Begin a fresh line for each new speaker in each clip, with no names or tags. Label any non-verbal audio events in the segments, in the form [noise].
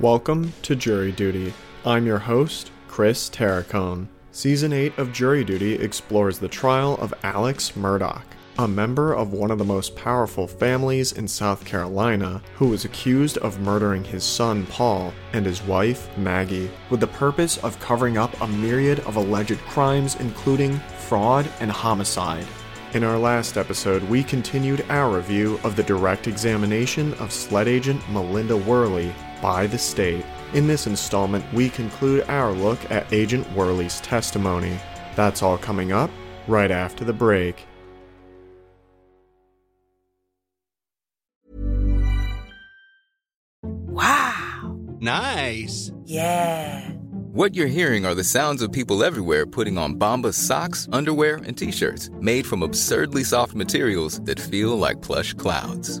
Welcome to Jury Duty. I'm your host, Chris Terracone. Season 8 of Jury Duty explores the trial of Alex Murdoch, a member of one of the most powerful families in South Carolina, who was accused of murdering his son Paul and his wife Maggie, with the purpose of covering up a myriad of alleged crimes, including fraud and homicide. In our last episode, we continued our review of the direct examination of sled agent Melinda Worley by the state. In this installment, we conclude our look at Agent Worley's testimony. That's all coming up right after the break.
Wow.
Nice.
Yeah.
What you're hearing are the sounds of people everywhere putting on Bombas socks, underwear, and t-shirts made from absurdly soft materials that feel like plush clouds.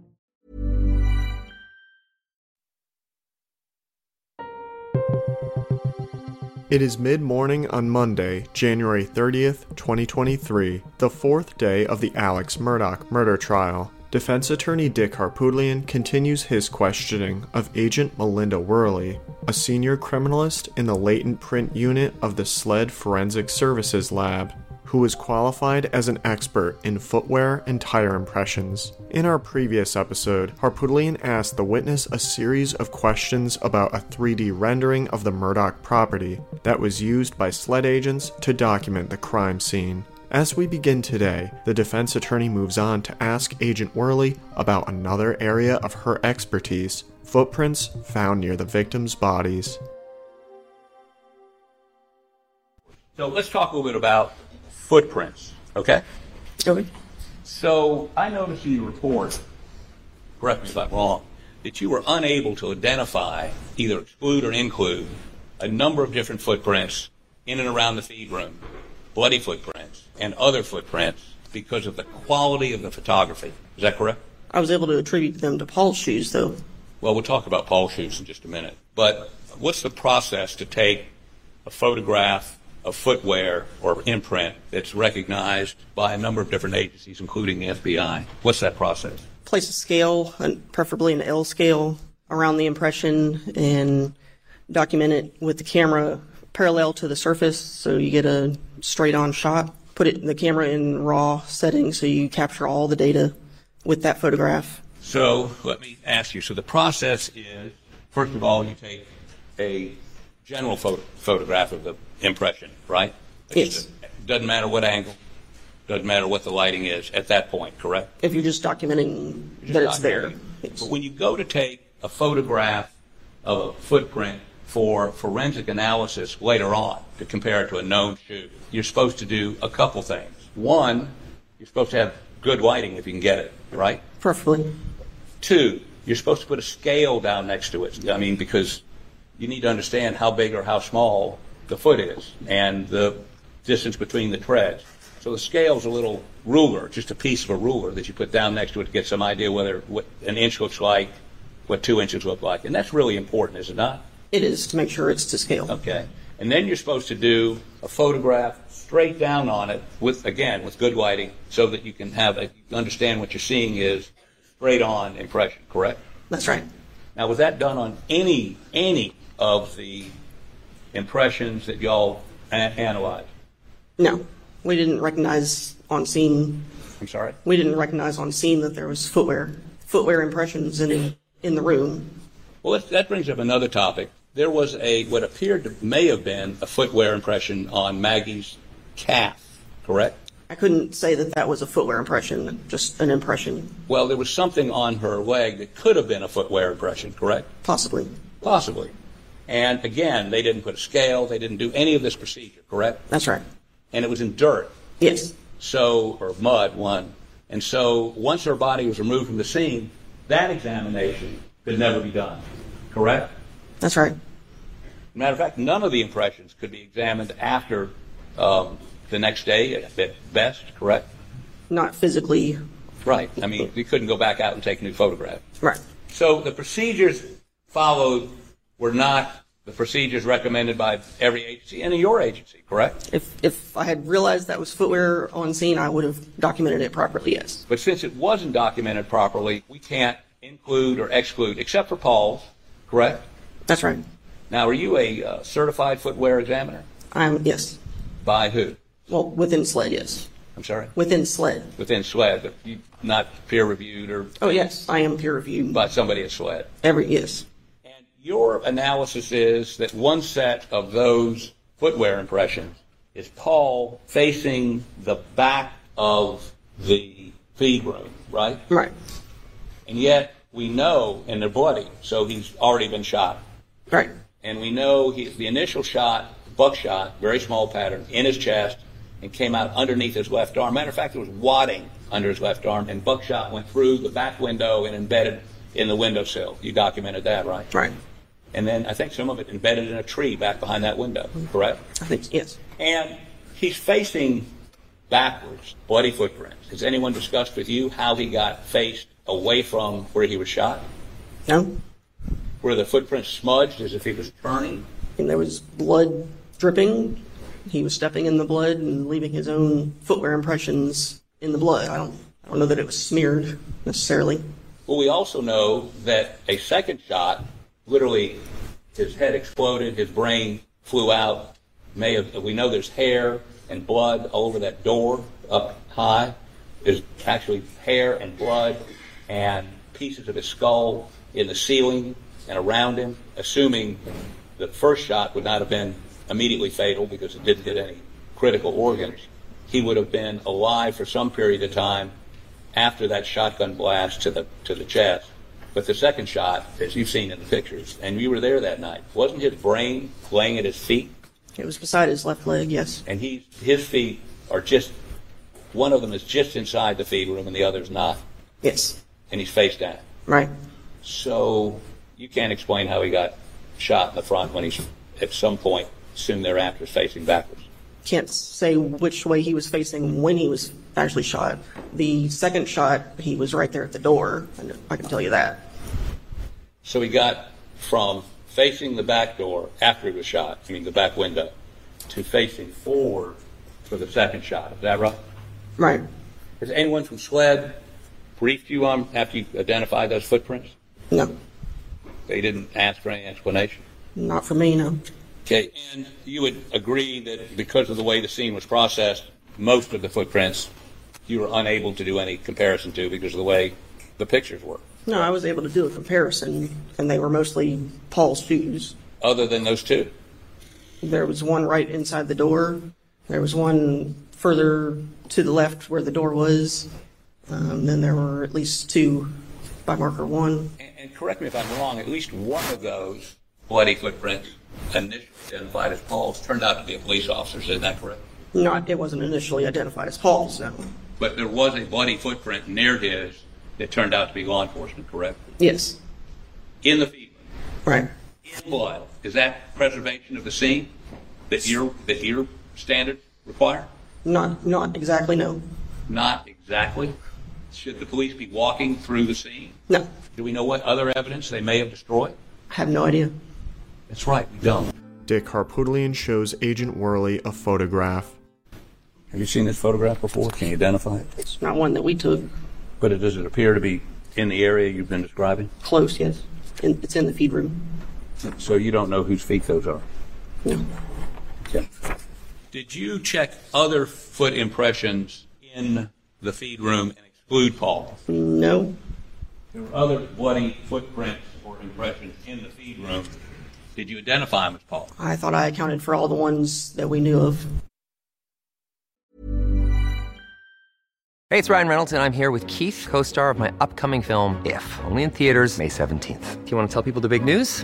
It is mid morning on Monday, January 30th, 2023, the fourth day of the Alex Murdoch murder trial. Defense attorney Dick Harpoodlian continues his questioning of Agent Melinda Worley, a senior criminalist in the latent print unit of the SLED Forensic Services Lab, who is qualified as an expert in footwear and tire impressions. In our previous episode, Harpoodlian asked the witness a series of questions about a 3D rendering of the Murdoch property that was used by sled agents to document the crime scene. As we begin today, the defense attorney moves on to ask Agent Worley about another area of her expertise footprints found near the victims' bodies.
So let's talk a little bit about footprints, okay?
Okay.
So I noticed in your report, correct me if I'm wrong, that you were unable to identify, either exclude or include, a number of different footprints in and around the feed room, bloody footprints, and other footprints because of the quality of the photography. Is that correct?
I was able to attribute them to Paul's shoes, though.
Well, we'll talk about Paul's shoes in just a minute. But what's the process to take a photograph of footwear or imprint that's recognized by a number of different agencies, including the FBI? What's that process?
Place a scale, and preferably an L scale, around the impression and document it with the camera parallel to the surface so you get a straight on shot. Put it the camera in raw setting so you capture all the data with that photograph.
So let me ask you. So the process is, first of all, you take a general photo- photograph of the impression, right?
Yes.
Doesn't matter what angle, doesn't matter what the lighting is at that point, correct?
If you're just documenting that it's there. Yes.
But when you go to take a photograph of a footprint for forensic analysis later on to compare it to a known shoe, you're supposed to do a couple things. One, you're supposed to have good lighting if you can get it, right?
Preferably.
Two, you're supposed to put a scale down next to it. I mean, because you need to understand how big or how small the foot is and the distance between the treads. So the scale's a little ruler, just a piece of a ruler that you put down next to it to get some idea whether what an inch looks like, what two inches look like. And that's really important, is it not?
It is to make sure it's to scale.
Okay. And then you're supposed to do a photograph straight down on it with, again, with good lighting so that you can have a, understand what you're seeing is straight on impression, correct?
That's right.
Now, was that done on any, any of the impressions that y'all a- analyzed?
No, we didn't recognize on scene.
I'm sorry?
We didn't recognize on scene that there was footwear, footwear impressions in in the room.
Well, that- that brings up another topic. There was a what appeared to may have been a footwear impression on Maggie's calf, correct?
I couldn't say that that was a footwear impression, just an impression,
Well, there was something on her leg that could have been a footwear impression, correct?
possibly.
Possibly. And again, they didn't put a scale. They didn't do any of this procedure, correct?
That's right.
And it was in dirt.
Yes,
so or mud one. And so once her body was removed from the scene, that examination could never be done. Correct?
that's right.
Matter of fact, none of the impressions could be examined after um, the next day at be- best. Correct?
Not physically.
Right. I mean, you couldn't go back out and take a new photograph.
Right.
So the procedures followed were not the procedures recommended by every agency and in your agency, correct?
If, if I had realized that was footwear on scene, I would have documented it properly, yes.
But since it wasn't documented properly, we can't include or exclude, except for Paul's, correct?
That's right.
Now, are you a uh, certified footwear examiner?
I'm, yes.
By who?
Well, within SLED, yes.
I'm sorry?
Within SLED.
Within SLED, but you- not peer reviewed or
Oh, yes, I am peer reviewed.
by somebody at SLED.
Every, yes.
And your analysis is that one set of those footwear impressions is Paul facing the back of the feed room, right?
Right.
And yet we know, and they're bloody, so he's already been shot.
Right.
And we know he, the initial shot, buckshot, very small pattern, in his chest, and came out underneath his left arm. Matter of fact, it was wadding under his left arm, and buckshot went through the back window and embedded in the windowsill. You documented that, right?
Right.
And then I think some of it embedded in a tree back behind that window, correct?
I think, yes.
And he's facing backwards, bloody footprints. Has anyone discussed with you how he got faced away from where he was shot?
No?
Were the footprints smudged as if he was turning?
And there was blood dripping. He was stepping in the blood and leaving his own footwear impressions in the blood. I don't, I don't know that it was smeared necessarily.
Well, we also know that a second shot, literally, his head exploded, his brain flew out. May have, we know there's hair and blood all over that door up high. There's actually hair and blood and pieces of his skull in the ceiling and around him, assuming the first shot would not have been immediately fatal because it didn't hit any critical organs. He would have been alive for some period of time after that shotgun blast to the to the chest. But the second shot, as you've seen in the pictures, and you were there that night, wasn't his brain laying at his feet?
It was beside his left leg, yes.
And he his feet are just one of them is just inside the feed room and the other's not.
Yes.
And he's face down.
Right.
So you can't explain how he got shot in the front when he's at some point soon thereafter facing backwards.
Can't say which way he was facing when he was actually shot. The second shot, he was right there at the door. I know- I can tell you that.
So he got from facing the back door after he was shot, I mean the back window, to facing forward for the second shot. Is that right?
Right.
Has anyone from SLED briefed you on after you identified those footprints?
No,
They didn't ask for any explanation.
not for me, no.
Okay, and you would agree that because of the way the scene was processed, most of the footprints you were unable to do any comparison to because of the way the pictures were.
No, I was able to do a comparison, and they were mostly Paul's shoes.
Other than those two.
There was one right inside the door. There was one further to the left where the door was. Um, then there were at least two by marker one.
And, and correct me if I'm wrong, at least one of those bloody footprints initially identified as Paul's turned out to be a police officer's, isn't that correct?
Not, it wasn't initially identified as Paul's, no.
But there was a bloody footprint near his that turned out to be law enforcement, correct?
Yes,
In the feet,
right.
in blood. Is that preservation of the scene that your, that your standards require?
Not, not exactly, no.
Not exactly. Should the police be walking through the scene?
No,
Do we know what other evidence they may have destroyed?
I have no idea.
That's right, we don't.
Dick Harpoodlian shows Agent Worley a photograph.
Have you seen this photograph before? Can you identify it?
It's not one that we took
But it, does it appear to be in the area you've been describing?
close, yes. In- It's in the feed room.
So you don't know whose feet those are?
No.
Okay. Did you check other foot impressions in the feed room and exclude Paul?
No,
There were other bloody footprints or impressions in the feed room. Did you identify them as Paul?
I thought I accounted for all the ones that we knew of.
Hey, it's Ryan Reynolds, and I'm here with Keith, co star of my upcoming film, If, only in theaters, May 17th. Do you want to tell people the big news?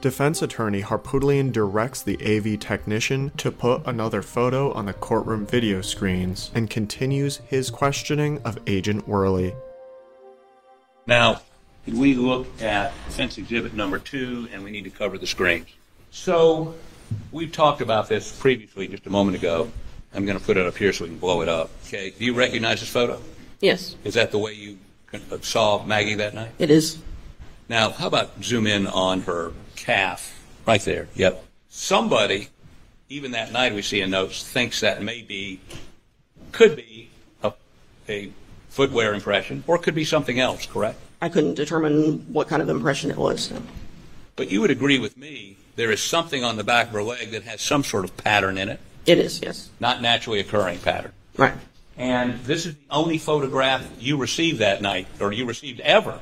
Defense attorney Harpoodlian directs the AV technician to put another photo on the courtroom video screens and continues his questioning of Agent Worley.
Now, could we look at fence exhibit number two, and we need to cover the screens. So, we've talked about this previously just a moment ago. I'm going to put it up here so we can blow it up. Okay, do you recognize this photo?
Yes,
Is that the way you saw Maggie that night?
it is.
Now, how about zoom in on her calf right there? Yep. Somebody, even that night we see in notes, thinks that may be, could be a, a footwear impression or could be something else, correct?
I couldn't determine what kind of impression it was.
But you would agree with me, there is something on the back of her leg that has some sort of pattern in it,
It is, yes.
not naturally occurring pattern.
Right.
And this is the only photograph you received that night, or you received ever,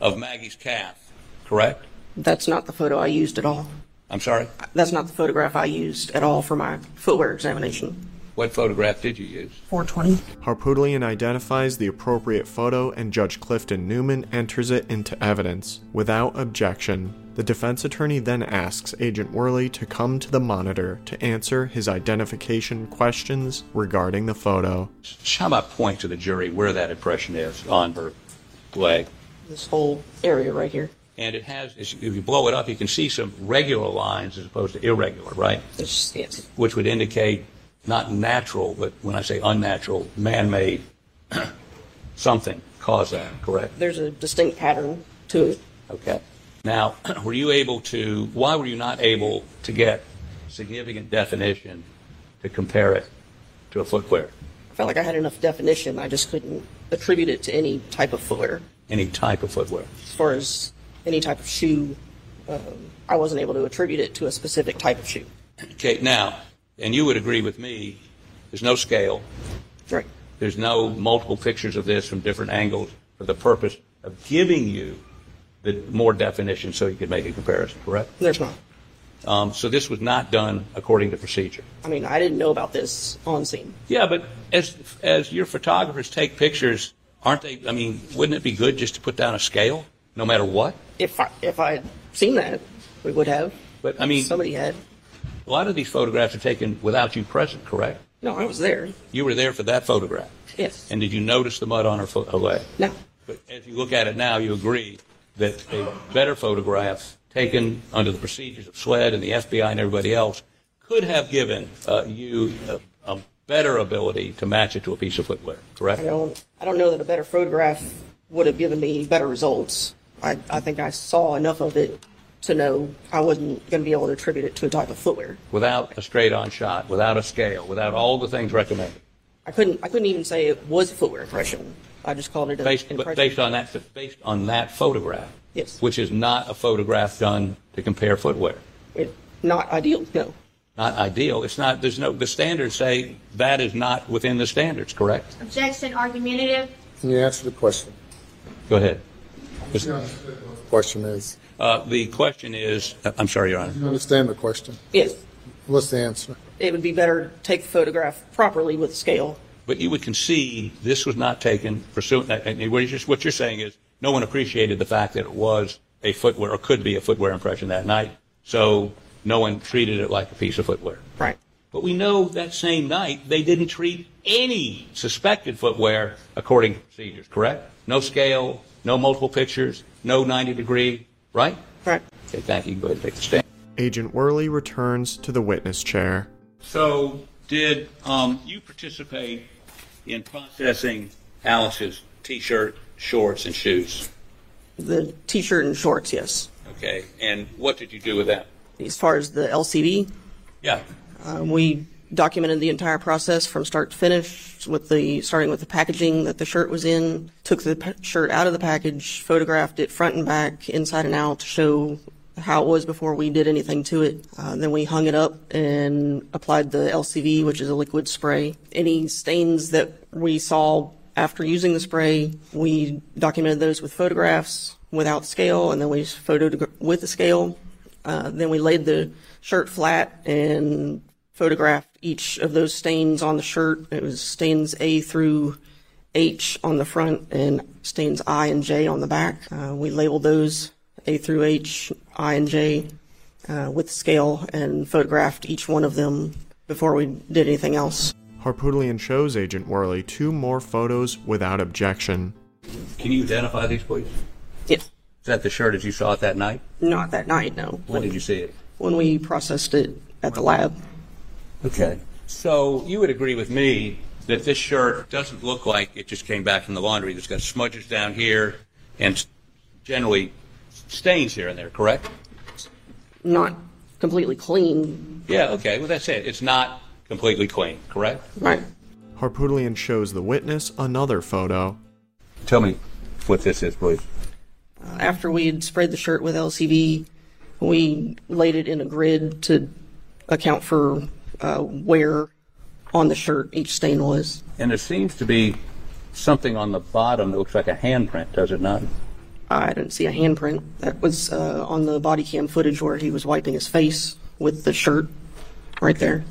of Maggie's calf, correct?
That's not the photo I used at all.
I'm sorry?
That's not the photograph I used at all for my footwear examination.
What photograph did you use?
420.
Harpoodlian identifies the appropriate photo and Judge Clifton Newman enters it into evidence without objection. The defense attorney then asks Agent Worley to come to the monitor to answer his identification questions regarding the photo.
How about point to the jury where that impression is on her leg?
This whole area right here.
And it has, if you blow it up, you can see some regular lines as opposed to irregular, right?
It's, yes.
Which would indicate not natural, but when I say unnatural, man made [clears throat] something caused that, correct?
There's a distinct pattern to it.
Okay. Now, [clears throat] were you able to, why were you not able to get significant definition to compare it to a footwear?
I felt like I had enough definition. I just couldn't attribute it to any type of footwear.
Any type of footwear?
As far as any type of shoe, um, I wasn't able to attribute it to a specific type of shoe.
Okay, now, and you would agree with me, there's no scale.
Right.
There's no multiple pictures of this from different angles for the purpose of giving you the more definition so you could make a comparison, correct?
There's not.
Um, so this was not done according to procedure.
I mean, I didn't know about this on scene.
Yeah, but as as your photographers take pictures, aren't they? I mean, wouldn't it be good just to put down a scale, no matter what?
If I if I had seen that, we would have.
But, I mean-
somebody had.
A lot of these photographs are taken without you present, correct?
No, I was there.
You were there for that photograph.
Yes.
And did you notice the mud on her, fo- her leg?
No.
But as you look at it now, you agree that a better photograph taken under the procedures of SLED and the FBI and everybody else could have given uh, you a, a better ability to match it to a piece of footwear, correct?
I don't. I don't know that a better photograph would have given me better results. I I think I saw enough of it to know I wasn't going to be able to attribute it to a type of footwear.
Without a straight-on shot, without a scale, without all the things recommended.
I couldn't. I couldn't even say it was a footwear impression. I just called it an
based, but
impression.
based on that based on that photograph.
Yes.
Which is not a photograph done to compare footwear.
It- not ideal. No.
Not ideal. It's not. There's no. The standards say that is not within the standards. Correct.
Objection, argumentative.
Can you answer the question?
Go ahead.
Question is,
Uh, the question is. uh, I'm sorry, Your Honor.
you understand the question?
Yes.
What's the answer?
It would be better to take the photograph properly with scale.
But you would concede this was not taken pursuant. And and what you're, what you're saying is no one appreciated the fact that it was a footwear or could be a footwear impression that night. So no one treated it like a piece of footwear.
Right.
But we know that same night they didn't treat any suspected footwear according to procedures, correct? No scale, no multiple pictures, no 90 degree, right?
Right.
Okay, thank you. Go ahead and take the stand.
Agent Worley returns to the witness chair.
So, did um, you participate in processing Alice's t shirt, shorts, and shoes?
The t-shirt and shorts. Yes.
Okay, and what did you do with that?
As far as the LCD,
Yeah.
Um, we documented the entire process from start to finish, with the starting with the packaging that the shirt was in. Took the p- shirt out of the package, photographed it front and back, inside and out, to show how it was before we did anything to it. Uh, then we hung it up and applied the LCV, which is a liquid spray. Any stains that we saw after using the spray, we documented those with photographs without scale, and then we photoed with the scale. Uh, then we laid the shirt flat and photographed each of those stains on the shirt. It was stains A through H on the front and stains I and J on the back. Uh, we labeled those A through H, I and J, uh, with scale and photographed each one of them before we did anything else.
Harpoodlian shows Agent Worley two more photos without objection.
Can you identify these, please?
Yes.
Is that the shirt as you saw it that night?
Not that night, no.
When did you see it?
When we processed it at the lab.
Okay. So you would agree with me that this shirt doesn't look like it just came back from the laundry. There's got smudges down here and generally stains here and there, correct?
Not completely clean,
Yeah, okay. Well, that's it. It's not completely clean, correct?
right?
Harpoodlian shows the witness another photo.
Tell me what this is, please.
After we had sprayed the shirt with LCV, we laid it in a grid to account for uh, where on the shirt each stain was.
And there seems to be something on the bottom that looks like a handprint, does it not?
I didn't see a handprint. That was uh, on the body cam footage where he was wiping his face with the shirt right there.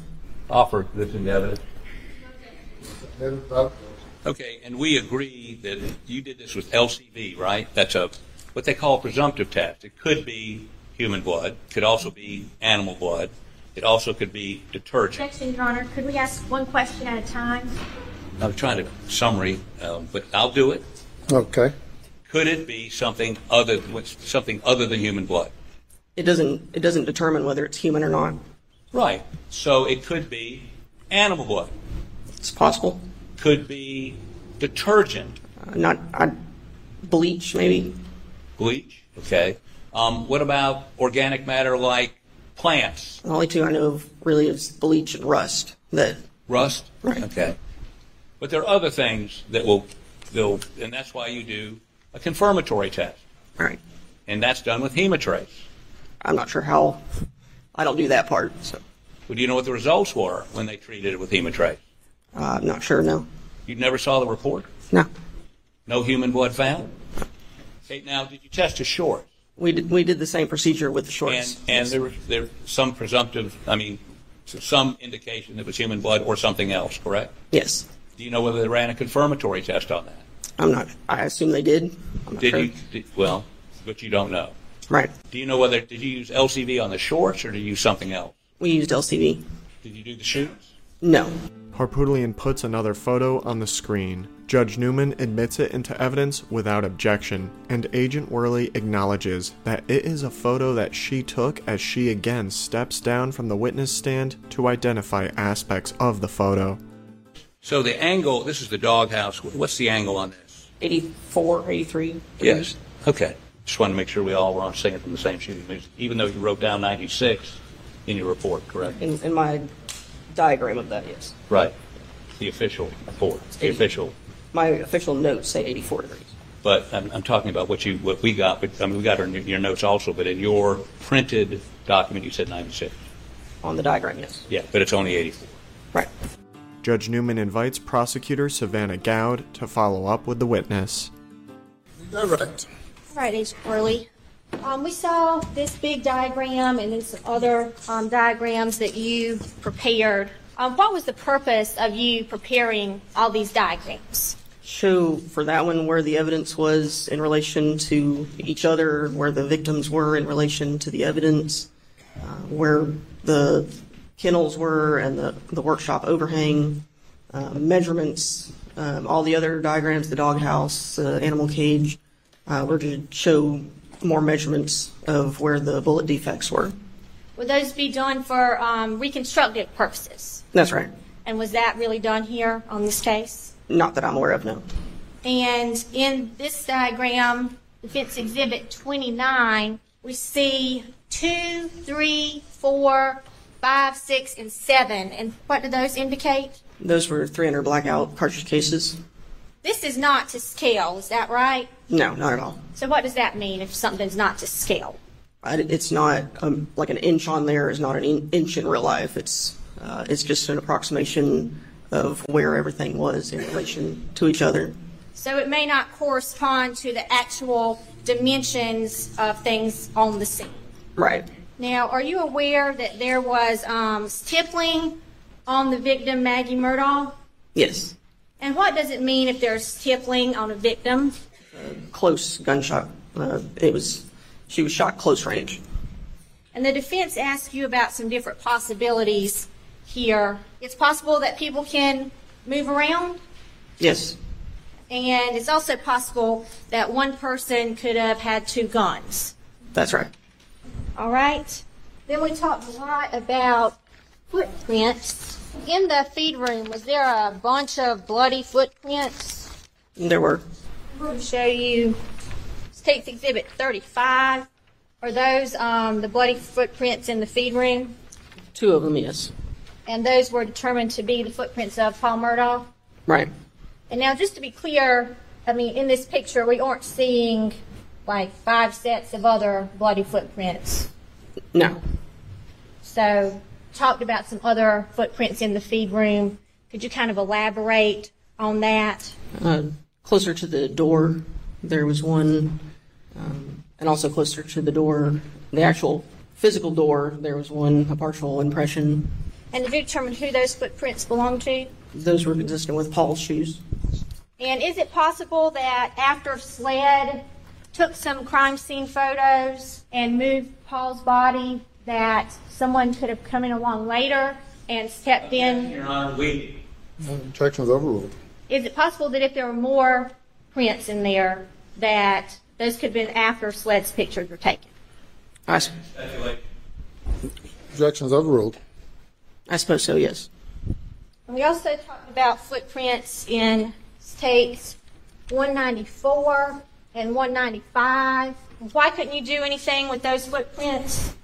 Offer this in evidence.
Yes.
Okay, and we agree that you did this with LCV, right? That's a what they call a presumptive test. It could be human blood, could also be animal blood, it also could be detergent.
Objection, Your Honor. Could we ask one question at a time?
I'm trying to summary, um, but I'll do it.
Okay.
Could it be something other something other than human blood?
It doesn't. It doesn't determine whether it's human or not.
Right. So it could be animal blood,
It's possible.
could be detergent,
Uh, not I, bleach, maybe.
bleach. Okay. Um, what about organic matter like plants?
The only two I know of really is bleach and rust. That
Rust?
Right.
Okay. But there are other things that will, they'll, and that's why you do a confirmatory test.
all right.
And that's done with hemotrace.
I'm not sure how. I don't do that part, so
Well, do you know what the results were when they treated it with hemotrace?
uh, I'm not sure. No,
You never saw the report?
no.
No human blood found? Okay, now, did you test a short?
We did, we did the same procedure with the shorts.
And, and there was there was some presumptive, I mean, so some indication that it was human blood or something else, correct?
yes,
Do you know whether they ran a confirmatory test on that?
I'm not. I assume they did. I'm not
Did
sure.
you? Did, well, but you don't know.
Right.
Do you know whether did you use LCV on the shorts or did you use something else?
We used LCD.
Did you do the shoots?
No.
Harpoodlian puts another photo on the screen. Judge Newman admits it into evidence without objection, and Agent Worley acknowledges that it is a photo that she took as she again steps down from the witness stand to identify aspects of the photo.
So the angle. This is the doghouse. What's the angle on this?
84, 83.
Yes. Okay. Just wanted to make sure we all were on singing from the same sheet of music, even though you wrote down 96 in your report, correct?
In, in my diagram of that, yes.
Right. The official report. The official.
My official notes say 84 degrees.
But I'm, I'm talking about what you what we got. But I mean, we got our, your notes also. But in your printed document, you said 96.
On the diagram, yes.
Yeah, but it's only 84.
Right.
Judge Newman invites prosecutor Savannah Gowd to follow up with the witness.
All right.
All right, Agent Worley. Um, we saw this big diagram and then some other um, diagrams that you prepared. Um, what was the purpose of you preparing all these diagrams?
Show for that one where the evidence was in relation to each other, where the victims were in relation to the evidence, uh, where the kennels were and the, the workshop overhang, uh, measurements, um, all the other diagrams, the doghouse, uh, animal cage, uh, were to show more measurements of where the bullet defects were.
Would those be done for um, reconstructive purposes?
That's right.
And was that really done here on this case?
Not that I'm aware of, no.
And in this diagram, Defense Exhibit 29, we see two, three, four, five, six, and 7. And what do those indicate?
Those were 300 blackout cartridge cases.
This is not to scale, is that right?
No, not at all.
So what does that mean if something's not to scale?
I, it's not um, like an inch on there is not an in, inch in real life. It's uh, it's just an approximation of where everything was in relation to each other.
So it may not correspond to the actual dimensions of things on the scene.
Right.
Now, are you aware that there was um, stippling on the victim, Maggie Murdaugh?
Yes.
And what does it mean if there's tippling on a victim?
Close gunshot. Uh, it was She was shot close range.
And the defense asked you about some different possibilities here. It's possible that people can move around,
Yes.
and it's also possible that one person could have had two guns.
That's right.
All right. Then we talked a lot about footprints. In the feed room, was there a bunch of bloody footprints?
There were.
I'll show you. Let's take exhibit 35. Are those um, the bloody footprints in the feed room?
Two of them, yes.
And those were determined to be the footprints of Paul Murdoch?
Right.
And now, just to be clear, I mean, in this picture, we aren't seeing like five sets of other bloody footprints.
No.
So, talked about some other footprints in the feed room. Could you kind of elaborate on that?
Uh, closer to the door, there was one, um, and also closer to the door, the actual physical door, there was one, a partial impression.
And did you determine who those footprints belong to?
Those were consistent with Paul's shoes.
And is it possible that after SLED took some crime scene photos and moved Paul's body, that someone could have come in along later and stepped in?
Your Honor, we,
Objection is overruled.
Is it possible that if there were more prints in there, that those could have been after SLED's pictures were taken?
I, s-
Objection is overruled.
I suppose so, yes.
And we also talked about footprints in states 194 and 195. Why couldn't you do anything with those footprints?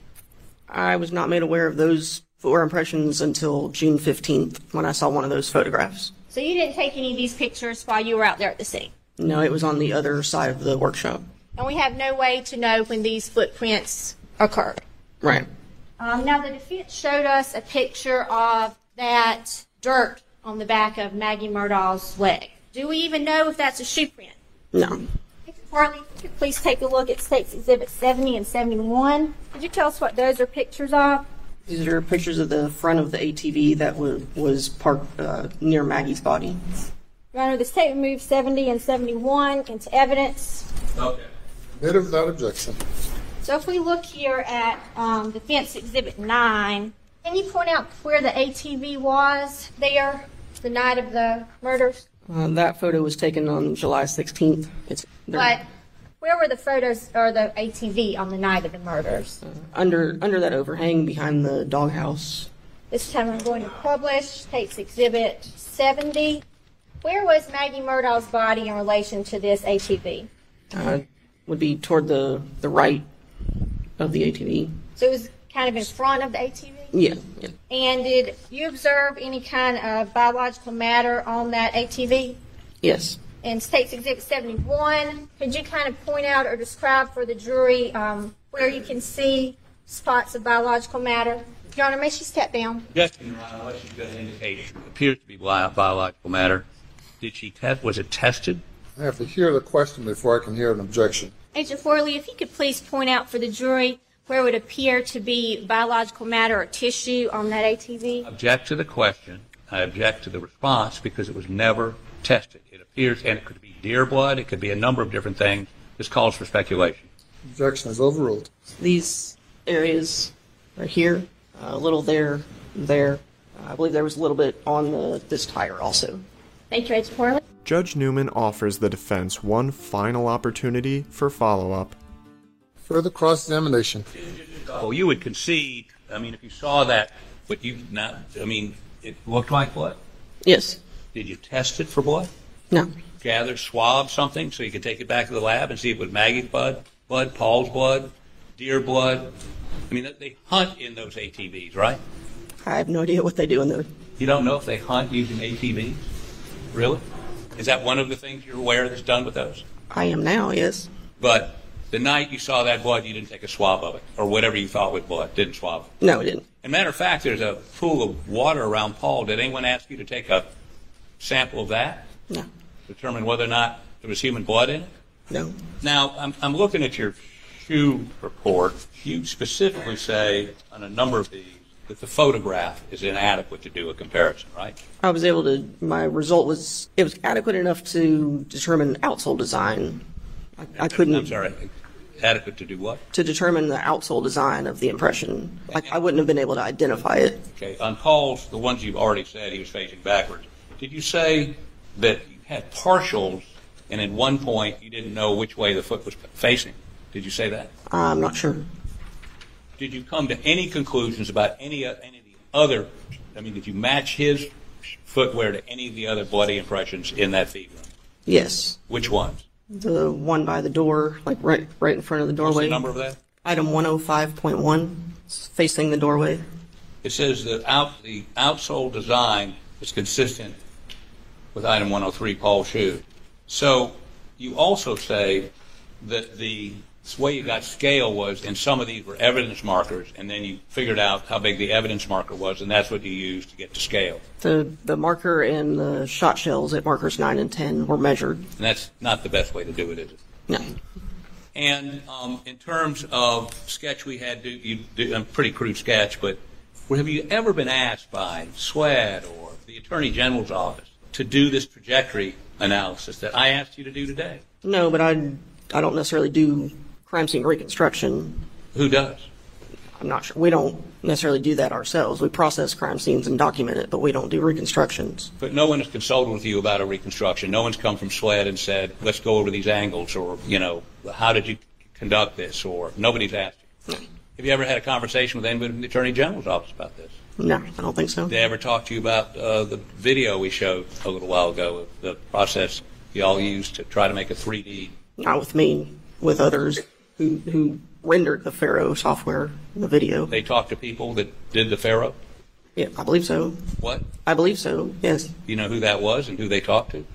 I was not made aware of those four impressions until June 15th when I saw one of those photographs.
So you didn't take any of these pictures while you were out there at the scene.
No, it was on the other side of the workshop.
And we have no way to know when these footprints occurred.
Right.
Um, now, the defense showed us a picture of that dirt on the back of Maggie Murdahl's leg. Do we even know if that's a shoe print?
No.
Farley, could you please take a look at States Exhibit 70 and 71? Could you tell us what those are pictures of?
These are pictures of the front of the ATV that wa- was parked uh, near Maggie's body.
Your Honor, the state removed 70 and 71 into evidence.
Admitted without objection.
So if we look here at um, Defense Exhibit 9, can you point out where the ATV was there the night of the murders?
Uh, that photo was taken on July 16th. It's they're
But where were the photos or the ATV on the night of the murders?
under under that overhang behind the doghouse.
This time I'm going to publish States Exhibit 70. Where was Maggie Murdahl's body in relation to this ATV?
Uh, would be toward the the right of the ATV.
So it was kind of in front of the ATV?
Yeah, yeah.
And did you observe any kind of biological matter on that ATV?
yes.
In States Exhibit 71, could you kind of point out or describe for the jury um, where you can see spots of biological matter? Your Honor, may she step down?
Objection, Your Honor, unless you've got an indication, appears to be bi- biological matter. Did she test, was it tested?
I have to hear the question before I can hear an objection.
Agent Forley, if you could please point out for the jury where would appear to be biological matter or tissue on that ATV?
Object to the question, I object to the response because it was never tested. It appears, and it could be deer blood, it could be a number of different things. This calls for speculation.
Objection is overruled.
These areas are here, a little there, there. I believe there was a little bit on the this tire also.
Thank you, Agent Forley.
Judge Newman offers the defense one final opportunity for follow up.
Further cross-examination.
Well, Oh, you would concede, I mean, if you saw that, but you not, I mean, it looked like blood.
Yes.
Did you test it for blood?
No.
Gather, swab something so you could take it back to the lab and see if it was Maggie's blood, blood, Paul's blood, deer blood? I mean, they hunt in those ATVs, right?
I have no idea what they do in the.
You don't know if they hunt using ATVs? Really? Is that one of the things you're aware that's done with those?
I am now. Yes.
But the night you saw that blood, you didn't take a swab of it, or whatever you thought was blood, didn't swab it.
No, it didn't.
And matter of fact, there's a pool of water around Paul. Did anyone ask you to take a sample of that?
No.
Determine whether or not there was human blood in it?
No.
Now, I'm, I'm looking at your shoe report. You specifically say on a number of these that the photograph is inadequate to do a comparison, right?
I was able to. My result was it was adequate enough to determine outsole design. I, I couldn't.
I'm sorry. adequate to do what?
to determine the outsole design of the impression. Like I wouldn't have been able to identify it.
Okay, on calls, the ones you've already said he was facing backwards, did you say that you had partials and at one point you didn't know which way the foot was facing? Did you say that?
Uh, I'm not sure.
Did you come to any conclusions about any, o- any of the other, I mean, did you match his footwear to any of the other bloody impressions in that feed room?
Yes,
Which ones?
the one by the door, like right right in front of the
What's
doorway.
the number of that?
Item 105.1 it's facing the doorway.
It says that out, the outsole design is consistent with item 103, Paul shoe. So you also say that the way you got scale was, and some of these were evidence markers, and then you figured out how big the evidence marker was, and that's what you used to get to scale.
The the marker and the shot shells at markers 9 and 10 were measured.
And that's not the best way to do it, is it?
No.
And um, in terms of sketch, we had do, you do, a pretty crude sketch, but have you ever been asked by SWED or the Attorney General's office to do this trajectory analysis that I asked you to do today?
No, but I I don't necessarily do crime scene reconstruction.
Who does?
I'm not sure. We don't necessarily do that ourselves. We process crime scenes and document it, but we don't do reconstructions.
But no one has consulted with you about a reconstruction. No one's come from SWED and said, let's go over these angles, or, you know, how did you conduct this, or nobody's asked you. Have you ever had a conversation with anybody from the Attorney General's office about this?
No, I don't think so.
Did they ever talk to you about uh, the video we showed a little while ago, of the process y'all used to try to make a 3D?
Not with me, with others who who rendered the Faro software, the video.
They talked to people that did the Pharaoh?
Yeah, I believe so.
What? Do
I believe so. Yes.
you know who that was and who they talked to? Do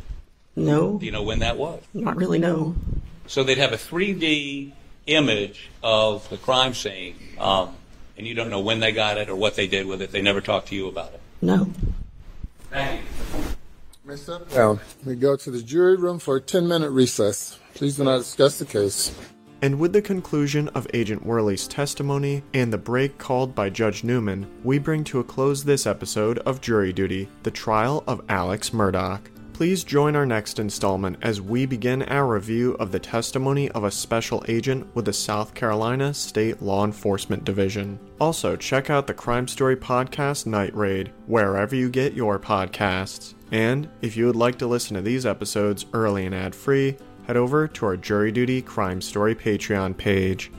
No.
you know when that was?
Not really. No.
So they'd have a 3D image of the crime scene, um, and you don't know when they got it or what they did with it. They never talked to you about it.
No.
Thank you.
May step down. We go to the jury room for a 10 minute recess. Please do not discuss the case.
And with the conclusion of Agent Worley's testimony and the break called by Judge Newman, we bring to a close this episode of Jury Duty the trial of Alex Murdoch. Please join our next installment as we begin our review of the testimony of a special agent with the South Carolina State Law Enforcement Division. Also, check out the Crime Story Podcast Night Raid wherever you get your podcasts. And if you would like to listen to these episodes early and ad free, head over to our Jury Duty Crime Story Patreon page.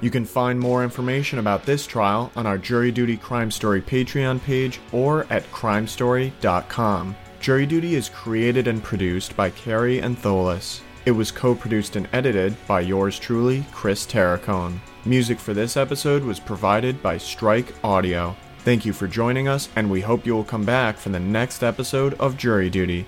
You can find more information about this trial on our Jury Duty Crime Story Patreon page or at crimestory.com. Jury Duty is created and produced by Carrie and Tholis. It was co produced and edited by yours truly, Chris Terracone. Music for this episode was provided by Strike Audio. Thank you for joining us, and we hope you will come back for the next episode of Jury Duty.